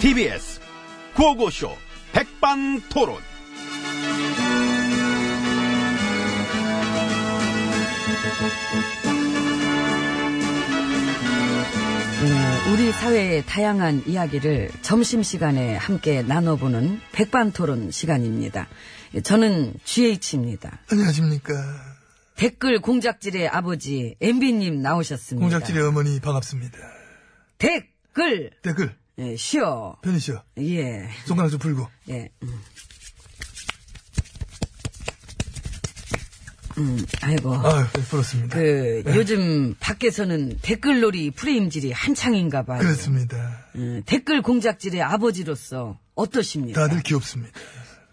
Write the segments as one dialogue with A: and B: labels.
A: TBS 구호고쇼 백반토론
B: 네, 우리 사회의 다양한 이야기를 점심시간에 함께 나눠보는 백반토론 시간입니다. 저는 GH입니다.
C: 안녕하십니까.
B: 댓글 공작질의 아버지 MB님 나오셨습니다.
C: 공작질의 어머니 반갑습니다. 네,
B: 댓글!
C: 댓글
B: 예, 쉬어.
C: 편히셔.
B: 예,
C: 손가락 좀 풀고.
B: 예. 음. 음, 아이고.
C: 아유 네, 풀었습니다.
B: 그, 요즘 밖에서는 댓글놀이 프레임질이 한창인가 봐요.
C: 그렇습니다.
B: 음, 댓글 공작질의 아버지로서 어떠십니까?
C: 다들 귀엽습니다.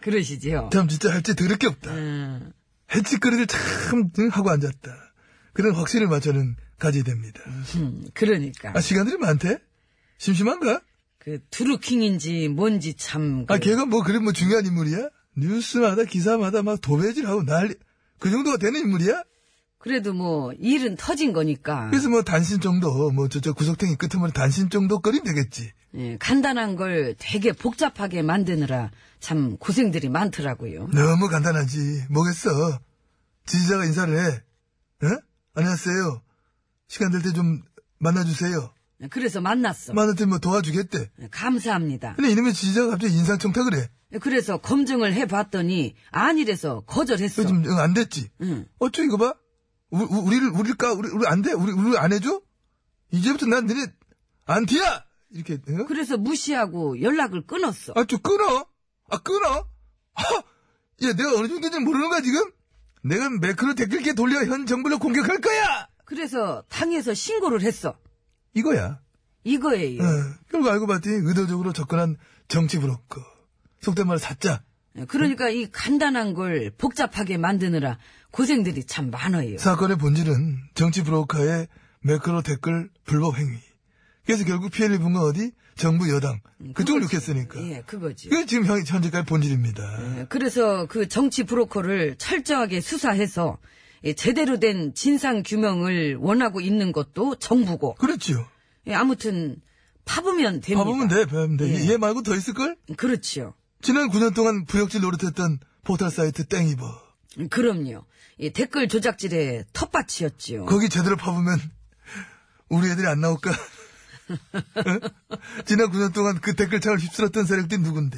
B: 그러시지요.
C: 참 진짜 할지 더럽게 없다.
B: 음,
C: 해치거리를 참 응, 하고 앉았다. 그런 확신을 마저는 가져야 됩니다.
B: 음, 그러니까
C: 아 시간들이 많대? 심심한가?
B: 그 두루킹인지 뭔지 참. 그,
C: 아 걔가 뭐 그래 뭐 중요한 인물이야? 뉴스마다 기사마다 막 도배질하고 난리. 그 정도가 되는 인물이야?
B: 래도뭐 일은 터진 거니까.
C: 그래서 뭐 단신 정도 뭐 저저 구석탱이 끄트머리 단신 정도 거리면 되겠지.
B: 예, 간단한 걸 되게 복잡하게 만드느라 참 고생들이 많더라고요.
C: 너무 간단하지. 뭐겠어. 지지자가 인사를 해. 어? 안녕하세요. 시간 될 때 좀 만나주세요.
B: 그래서 만났어.
C: 만날 때 뭐 도와주겠대.
B: 감사합니다.
C: 근데 이놈의 지지자가 갑자기 인사청탁을 해.
B: 그래서 검증을 해봤더니 아니래서 거절했어.
C: 너 지금 응, 안 됐지?
B: 그렇죠. 응.
C: 어쩌 이거 봐. 우, 우, 우리를, 우리를 까, 우리, 우리 안 돼? 우리, 우리 안 해줘? 이제부터 난 너네 안티야! 이렇게, 어?
B: 그래서 무시하고 연락을 끊었어.
C: 아, 좀 끊어! 아, 끊어! 하! 야, 내가 어느 정도인지 모르는 거야, 지금? 내가 매크로 댓글게 돌려 현 정부를 공격할 거야!
B: 그래서 당에서 신고를 했어.
C: 이거야.
B: 이거예요.
C: 어, 결국 알고 봤더니 의도적으로 접근한 정치 브로커. 속된 말로 사짜.
B: 그러니까 이 간단한 걸 복잡하게 만드느라 고생들이 참 많아요.
C: 사건의 본질은 정치 브로커의 매크로 댓글 불법 행위. 그래서 결국 피해를 입은 건 어디? 정부 여당. 그쪽을
B: 음, 그거지.
C: 욕했으니까.
B: 예, 그거지.
C: 그게 지금 현- 현재까지 본질입니다.
B: 예, 그래서 그 정치 브로커를 철저하게 수사해서 예, 제대로 된 진상 규명을 원하고 있는 것도 정부고.
C: 그렇지요.
B: 예, 아무튼 파보면 됩니다. 예.
C: 봐보면 돼, 봐보면 돼. 얘 말고 더 있을걸?
B: 그렇지요.
C: 지난 9년 동안 부역질 노릇했던 포털 사이트 땡이버.
B: 음, 그럼요. 이 댓글 조작질의 텃밭이었지요.
C: 거기 제대로 파보면 우리 애들이 안 나올까? 어? 지난 9년 동안 그 댓글창을 휩쓸었던 세력들이 누군데?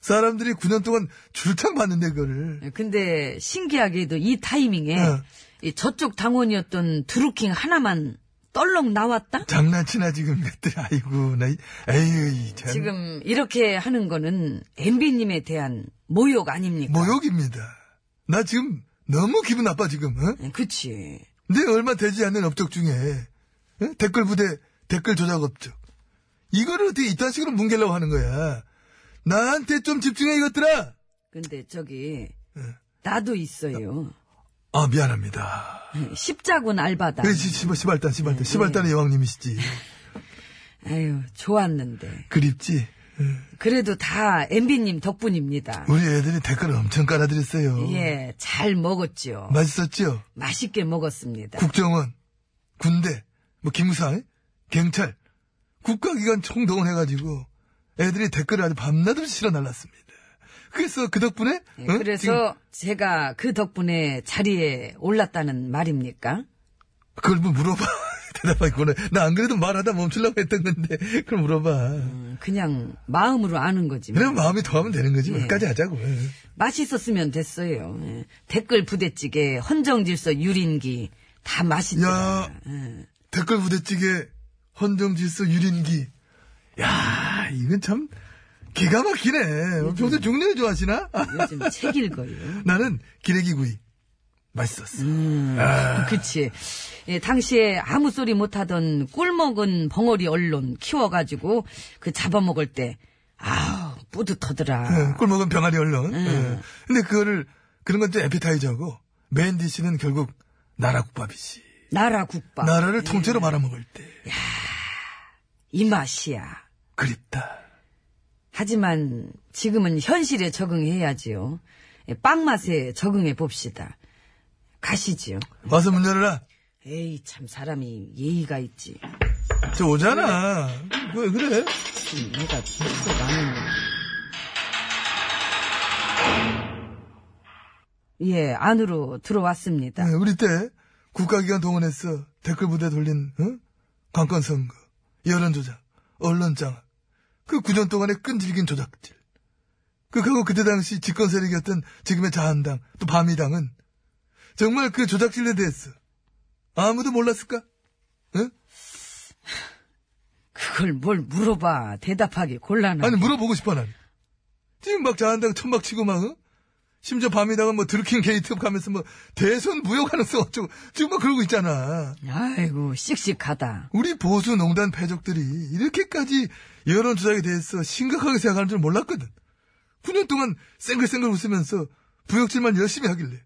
C: 사람들이 9년 동안 줄창 봤는데 그거를
B: 예, 근데 신기하게도 이 타이밍에
C: 어.
B: 이 저쪽 당원이었던 드루킹 하나만 떨렁 나왔다?
C: 장난치나 지금 이것들 아이고 나 이- 에휴 이참
B: 지금 이렇게 하는 거는 MB님에 대한 모욕 아닙니까?
C: 모욕입니다. 나 지금 너무 기분 나빠 지금. 어?
B: 예, 그치.
C: 내 얼마 되지 않는 업적 중에 예? 댓글 부대 댓글 조작 업적 이거를 어떻게 이딴 식으로 뭉개려고 하는 거야? 나한테 좀 집중해 이것들아.
B: 근데 저기
C: 예.
B: 나도 있어요. 예,
C: 아 미안합니다.
B: 십자군 알바다.
C: 그래, 시, 시발, 시발단,
B: 예,
C: 시발단. 시발단의 여왕님이시지.
B: 아유 좋았는데.
C: 그립지?
B: 그래도 다 MB님 덕분입니다.
C: 우리 애들이 댓글 엄청 깔아드렸어요.
B: 예, 잘 먹었지요.
C: 맛있었죠?
B: 맛있게 먹었습니다.
C: 국정원, 군대, 뭐, 김상, 경찰, 국가기관 총동원해가지고 애들이 댓글을 아주 밤낮없이 실어 날랐습니다. 그래서 그 덕분에,
B: 예,
C: 응? 지금
B: 그래서 제가 그 덕분에 자리에 올랐다는 말입니까?
C: 그걸 뭐 물어봐. 대답하기구나. 나 안 그래도 말하다 멈추려고 했던 건데, 그걸 물어봐.
B: 음, 그냥 마음으로 아는 거지. 만
C: 이러면 마음이 더하면 되는
B: 예.
C: 거지. 여기까지 하자고.
B: 맛있었으면 됐어요. 예. 댓글 부대찌개, 헌정질서 유린기 다 맛있더라.
C: 야. 댓글 부대찌개, 헌정질서 유린기. 야 이건 참 기가 막히네. 평소 종류를 좋아하시나? 아,
B: 예, 요즘 책 읽어요.
C: 나는 기레기구이. 맛있었어.
B: 그치. 예, 당시에 아무 소리 못하던 꿀먹은 벙어리 언론 키워가지고 그 잡아먹을 때, 아우, 뿌듯하더라.
C: 예, 꿀먹은 병아리 얼렁. 예. 근데 그거를, 그런 건 또 에피타이저고, 메인 디시는 결국 나라국밥이지.
B: 나라 국밥.
C: 나라를 통째로 말아먹을 때.
B: 이 맛이야.
C: 그립다.
B: 하지만 지금은 현실에 적응해야지요. 예, 빵 맛에 적응해 봅시다. 가시지요.
C: 와서 문 열어라.
B: 에이, 참, 사람이 예의가 있지.
C: 저 오잖아. 왜 그래?
B: 음, 내가 진짜 나는. 예, 안으로 들어왔습니다.
C: 네, 우리 때 국가기관 동원해서 댓글 부대 돌린 어? 관건 선거, 여론 조작, 언론 장악, 그 9년 동안의 끈질긴 조작질. 그 그리고 그때 당시 집권 세력이었던 지금의 자한당 또 바미당은 정말 그 조작질에 대해서 아무도 몰랐을까? 응?
B: 그걸 뭘 물어봐. 대답하기 곤란하네.
C: 아니 물어보고 싶어 난. 지금 막 자한당 천막 치고 막 어? 심지어 밤이다가 뭐 드루킹 게이트 가면서 뭐 대선 무효 가능성 어쩌고 지금 막 그러고 있잖아.
B: 아이고, 씩씩하다.
C: 우리 보수 농단 패족들이 이렇게까지 여론 조작에 대해서 심각하게 생각하는 줄 몰랐거든. 9년 동안 쌩글쌩글 웃으면서 부역질만 열심히 하길래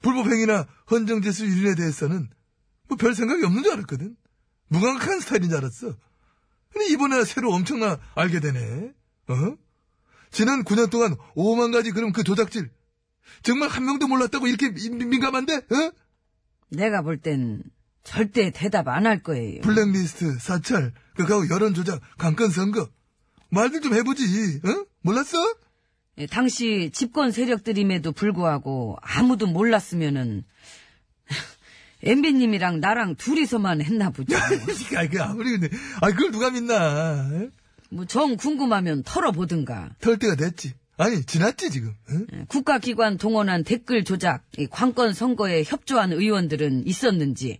C: 불법 행위나 헌정재수 유린에 대해서는 뭐 별 생각이 없는 줄 알았거든. 무감각한 스타일인 줄 알았어. 근데 이번에 새로 엄청나 알게 되네. 어? 지난 9년 동안 5만 가지 그럼 그 조작질 정말 한 명도 몰랐다고 이렇게 민- 민감한데? 어?
B: 내가 볼 땐 절대 대답 안 할 거예요.
C: 블랙리스트, 사찰, 그거하고 여론조작, 강권 선거. 말들 좀 해보지, 응? 몰랐어?
B: 예, 당시 집권 세력들임에도 불구하고 아무도 몰랐으면은 엠비님이랑 나랑 둘이서만 했나 보죠.
C: 아이, 그, 아무리 근데, 아이, 그걸 누가 믿나. 에?
B: 뭐 정 궁금하면 털어보든가.
C: 털 때가 됐지. 아니, 지났지, 지금. 응?
B: 예. 국가기관 동원한 댓글 조작, 이 관건 선거에 협조한 의원들은 있었는지,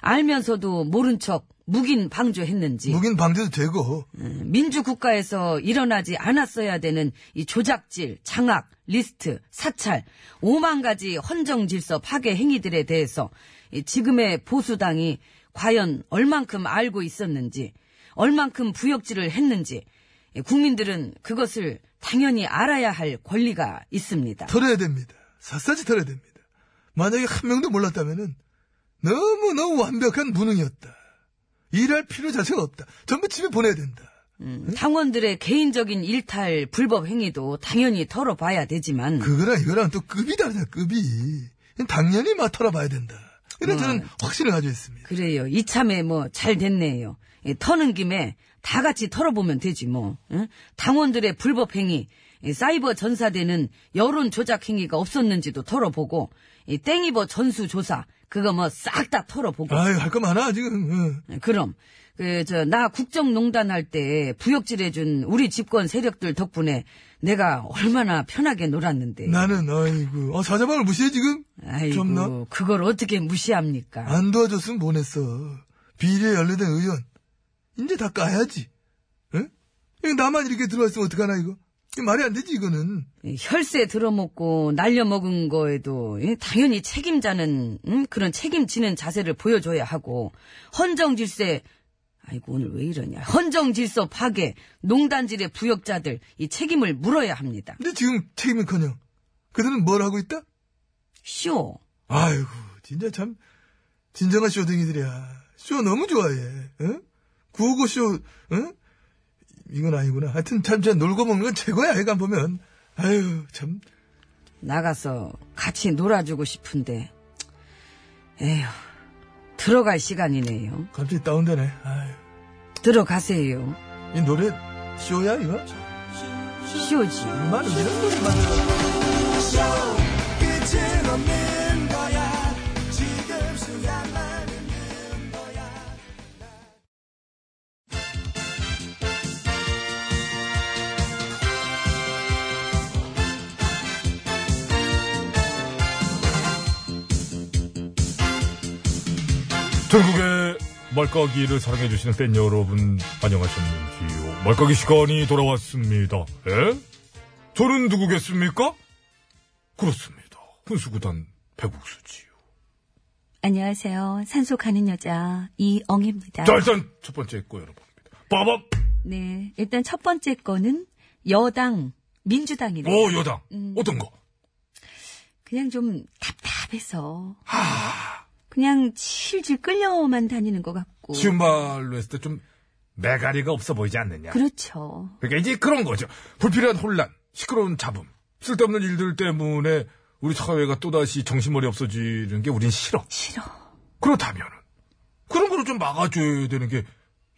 B: 알면서도 모른 척 무긴 방조했는지,
C: 무긴 방제도 되고,
B: 음, 민주국가에서 일어나지 않았어야 되는 이 조작질, 장악, 리스트, 사찰, 5만 가지 헌정 질서 파괴 행위들에 대해서 이 지금의 보수당이 과연 얼만큼 알고 있었는지, 얼만큼 부역질을 했는지, 이 국민들은 그것을 당연히 알아야 할 권리가 있습니다.
C: 털어야 됩니다. 샅샅이 털어야 됩니다. 만약에 한 명도 몰랐다면은, 너무너무 완벽한 무능이었다. 일할 필요 자체가 없다. 전부 집에 보내야 된다.
B: 음, 당원들의 개인적인 일탈, 불법 행위도 당연히 털어봐야 되지만,
C: 그거랑 이거랑 또 급이 다르다, 급이. 당연히 막 털어봐야 된다. 그래, 서 저는 확신을 가지고 있습니다.
B: 그래요. 이참에 뭐 잘 됐네요. 예, 터는 김에 다 같이 털어보면 되지 뭐. 응? 당원들의 불법 행위, 예, 사이버 전사되는 여론 조작 행위가 없었는지도 털어보고 이 땡이버 전수 조사 그거 뭐 싹 다 털어보고.
C: 아유, 할 거 많아, 지금. 응.
B: 예, 그럼 그 저 나 국정농단 할 때 부역질해준 우리 집권 세력들 덕분에 내가 얼마나 편하게 놀았는데.
C: 나는, 아이고. 어, 사자방을 무시해, 지금? 좀 나?
B: 네. 아이고 그걸 어떻게 무시합니까?
C: 안 도와줬으면 못했어 비리에 연루된 의원. 이제 다 까야지. 응? 이거 나만 이렇게 들어왔으면 어떡하나, 이거? 이거 말이 안 되지, 이거는.
B: 이 혈세 들어먹고 날려먹은 거에도 예, 당연히 책임자는 음, 그런 책임지는 자세를 보여줘야 하고 헌정질세 아이고 오늘 왜 이러냐 헌정질서 파괴 농단질의 부역자들 이 책임을 물어야 합니다
C: 근데 지금 책임은 커녕. 그들은 뭘 하고 있다?
B: 쇼
C: 아이고, 진짜 참, 진정한 쇼등이들이야. 쇼 너무 좋아해. 응? 구호고 쇼, 응? 이건 아니구나. 하여튼 참, 참, 놀고 먹는 건 최고야, 애가 보면. 아유, 참.
B: 나가서 같이 놀아주고 싶은데 에휴 들어갈 시간이네요
C: 갑자기 다운되네. 아유.
B: 들어가세요
C: 이 노래, 쇼야, 이거?
B: 쇼지
C: 얼마나 이런 노래 만들어.
A: 끝은 없는 거야 지금 순간만 있는 거야
D: 전국의 말까기를 사랑해주시는 팬 여러분, 안녕하셨는지요? 말까기 시간이 돌아왔습니다. 예? 저는 누구겠습니까? 그렇습니다. 훈수구단 배국수지요.
B: 안녕하세요. 산소 가는 여자 이엉입니다.
D: 자, 일단 첫 번째 거 열어봅니다. 빠밤!
B: 네, 일단 첫 번째 거는 여당 민주당이네.
D: 오, 뭐, 여당.
B: 음.
D: 어떤 거?
B: 그냥 좀 답답해서 그냥 질질 끌려만 다니는 것 같고.
D: 쉬운 말로 했을 때 좀 매가리가 없어 보이지 않느냐.
B: 그렇죠.
D: 그러니까 이제 그런 거죠. 불필요한 혼란, 시끄러운 잡음, 쓸데없는 일들 때문에 우리 사회가 또다시 정신머리 없어지는 게 우린 싫어.
B: 싫어.
D: 그렇다면은 그런 거를 좀 막아줘야 되는 게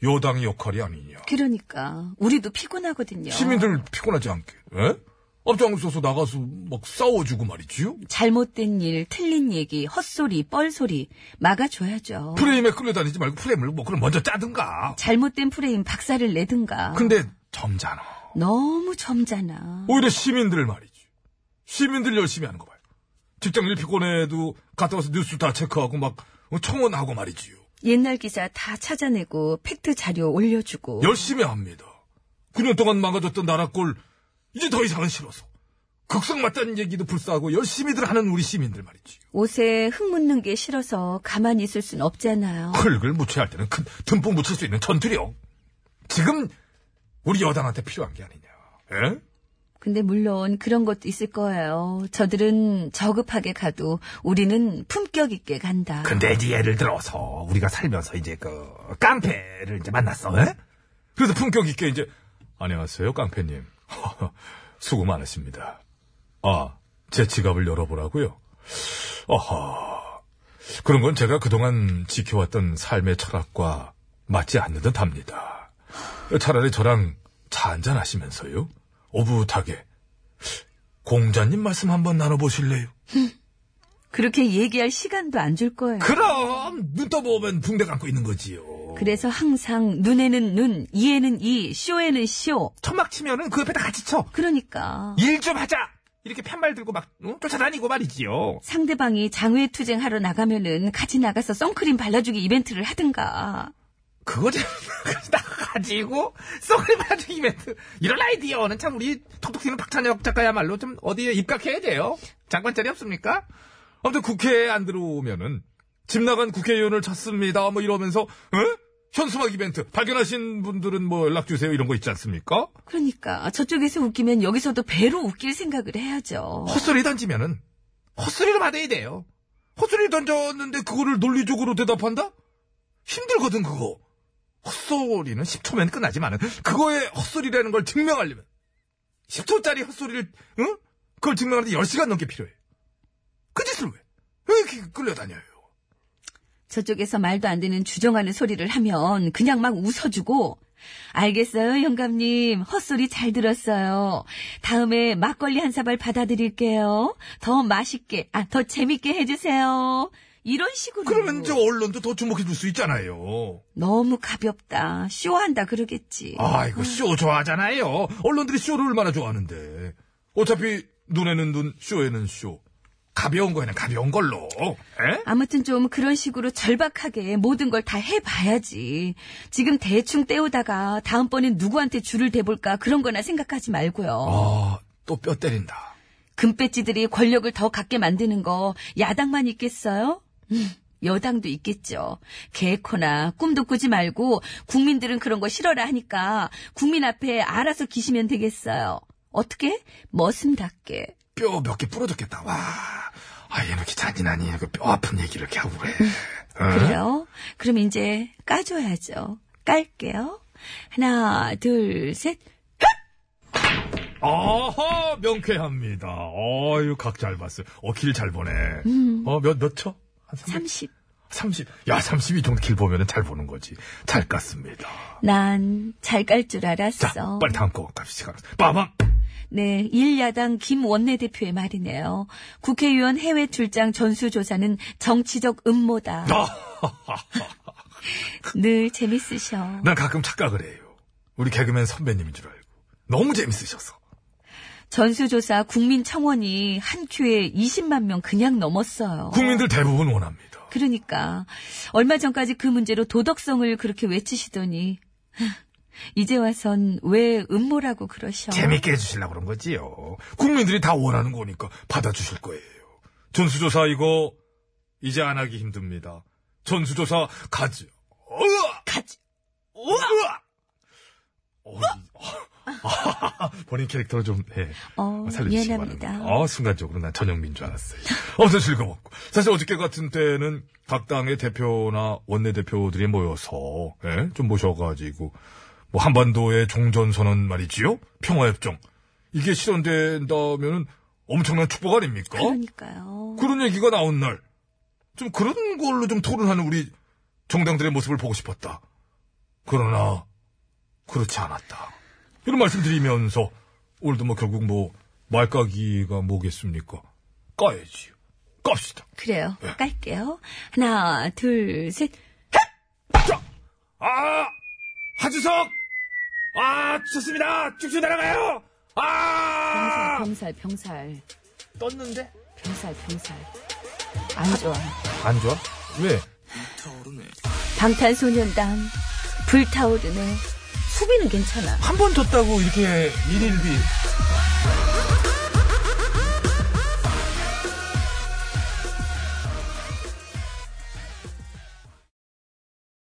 D: 여당의 역할이 아니냐.
B: 그러니까 우리도 피곤하거든요.
D: 시민들 피곤하지 않게. 예? 앞장서서 나가서 막 싸워주고 말이지요.
B: 잘못된 일, 틀린 얘기, 헛소리, 뻘소리 막아줘야죠.
D: 프레임에 끌려다니지 말고 프레임을 뭐 그럼 먼저 짜든가.
B: 잘못된 프레임 박살을 내든가.
D: 근데 점잖아.
B: 너무 점잖아.
D: 오히려 시민들 말이지. 시민들 열심히 하는 거 봐요. 직장 일 피곤해도 갔다 와서 뉴스 다 체크하고 막 청원하고 말이지요.
B: 옛날 기사 다 찾아내고 팩트 자료 올려주고.
D: 열심히 합니다. 9년 동안 망가졌던 나라 꼴 이제 더 이상은 싫어서 극성 맞다는 얘기도 불사하고 열심히들 하는 우리 시민들 말이지요.
B: 옷에 흙 묻는 게 싫어서 가만히 있을 순 없잖아요.
D: 흙을 무채할 때는 큰 듬뿍 묻힐 수 있는 전투력. 지금 우리 여당한테 필요한 게 아니냐. 예?
B: 근데 물론 그런 것도 있을 거예요. 저들은 저급하게 가도 우리는 품격 있게 간다.
D: 근데 이제 예를 그 들어서 우리가 살면서 이제 그 깡패를 이제 만났어. 예? 그래서 품격 있게 이제 안녕하세요 깡패님 수고 많으십니다. 아 제 지갑을 열어보라고요. 어허 그런 건 제가 그동안 지켜왔던 삶의 철학과 맞지 않는 듯합니다. 차라리 저랑 차 한잔 하시면서요 오붓하게 공자님 말씀 한번 나눠보실래요?
B: 그렇게 얘기할 시간도 안 줄 거예요.
D: 그럼 눈 떠보면 붕대 감고 있는 거지요.
B: 그래서 항상 눈에는 눈, 이에는 이, 쇼에는 쇼.
D: 천막 치면은 그 옆에다 같이 쳐.
B: 그러니까
D: 일 좀 하자. 이렇게 팻말 들고 막 응? 쫓아다니고 말이지요.
B: 상대방이 장외투쟁하러 나가면은 같이 나가서 선크림 발라주기 이벤트를 하든가.
D: 그거 좀 나가지고 썩을 맞은 이벤트 이런 아이디어는 참 우리 톡톡 튀는 박찬혁 작가야말로 좀 어디에 입각해야 돼요. 장관자리 없습니까? 아무튼 국회에 안 들어오면은 집 나간 국회의원을 찾습니다. 뭐 이러면서 응? 현수막 이벤트 발견하신 분들은 뭐 연락 주세요 이런 거 있지 않습니까?
B: 그러니까 저쪽에서 웃기면 여기서도 배로 웃길 생각을 해야죠.
D: 헛소리 던지면은 헛소리를 받아야 돼요. 헛소리 던졌는데 그거를 논리적으로 대답한다? 힘들거든 그거. 헛소리는 10초면 끝나지만은 그거의 헛소리라는 걸 증명하려면 10초짜리 헛소리를 응? 그걸 증명하는데 10시간 넘게 필요해. 그 짓을 왜? 왜 이렇게 끌려다녀요?
B: 저쪽에서 말도 안 되는 주정하는 소리를 하면 그냥 막 웃어주고 알겠어요 영감님 헛소리 잘 들었어요 다음에 막걸리 한 사발 받아드릴게요 더 맛있게 아 더 재밌게 해주세요 이런 식으로
D: 그러면 저 언론도 더 주목해 줄 수 있잖아요.
B: 너무 가볍다 쇼한다 그러겠지
D: 아, 이거 쇼 좋아하잖아요. 언론들이 쇼를 얼마나 좋아하는데. 어차피 눈에는 눈, 쇼에는 쇼. 가벼운 거에는 가벼운 걸로. 에?
B: 아무튼 좀 그런 식으로 절박하게 모든 걸 다 해봐야지 지금 대충 때우다가 다음번엔 누구한테 줄을 대볼까 그런 거나 생각하지 말고요
D: 아, 또 뼈 때린다.
B: 금배지들이 권력을 더 갖게 만드는 거 야당만 있겠어요? 음, 여당도 있겠죠. 개코나 꿈도 꾸지 말고 국민들은 그런 거 싫어라 하니까 국민 앞에 알아서 기시면 되겠어요. 어떻게? 머슴답게.
D: 뼈 몇 개 부러졌겠다. 와. 아, 얘는 이렇게 잔인하니, 이거 뼈 아픈 얘기를 이렇게 하고 그래. 어?
B: 그래요? 그럼 이제 까줘야죠. 깔게요. 하나, 둘, 셋.
D: 아하, 명쾌합니다. 아유, 각 잘 봤어요. 어, 길 잘 보네.
B: 음.
D: 어, 몇, 몇 초? 한 30?
B: 30.
D: 30. 야, 32 정도 길 보면은 잘 보는 거지. 잘 깠습니다.
B: 난 잘 깔 줄 알았어.
D: 자, 빨리 다음 거 갑시다. 빠밤!
B: 네, 일야당 김 원내대표의 말이네요. 국회의원 해외 출장 전수조사는 정치적 음모다.
D: 아,
B: 늘 재밌으셔.
D: 난 가끔 착각을 해요. 우리 개그맨 선배님인 줄 알고. 너무 재밌으셔서.
B: 전수조사 국민청원이 한 큐에 20만 명 그냥 넘었어요.
D: 국민들 대부분 원합니다.
B: 그러니까 얼마 전까지 그 문제로 도덕성을 그렇게 외치시더니
E: 이제 와선 왜 음모라고 그러셔?
D: 재밌게 해주시려고 그런 거지요. 국민들이 다 원하는 거니까 받아주실 거예요. 전수조사 이거 이제 안 하기 힘듭니다. 전수조사 가지. 으아!
E: 가지.
D: 으아! 어, 이- 아, 본인 캐릭터로 좀 예. 해.
E: 어,
D: 살려주시기 바랍니다.
E: 미안합니다.
D: 아, 순간적으로 난 전영민 줄 알았어요. 엄청 즐거웠고. 사실 어저께 같은 때는 각 당의 대표나 원내대표들이 모여서, 예? 좀 모셔가지고, 뭐, 한반도의 종전선언 말이지요? 평화협정. 이게 실현된다면은 엄청난 축복 아닙니까?
E: 그러니까요.
D: 그런 얘기가 나온 날. 좀 그런 걸로 좀 토론하는 우리 정당들의 모습을 보고 싶었다. 그러나, 그렇지 않았다. 이런 말씀 드리면서, 오늘도 뭐 결국 뭐, 말까기가 뭐겠습니까? 까야지요. 깝시다.
E: 그래요.
D: 네.
E: 깔게요. 하나, 둘, 셋.
D: 아! 하주석! 아, 좋습니다! 쭉쭉 날아가요! 아!
E: 병살, 병살,
D: 떴는데?
E: 병살, 병살. 안 좋아.
D: 안 좋아? 왜?
E: 방탄소년단 불타오르네. 수비는 괜찮아.
D: 한 번 졌다고 이렇게 일일비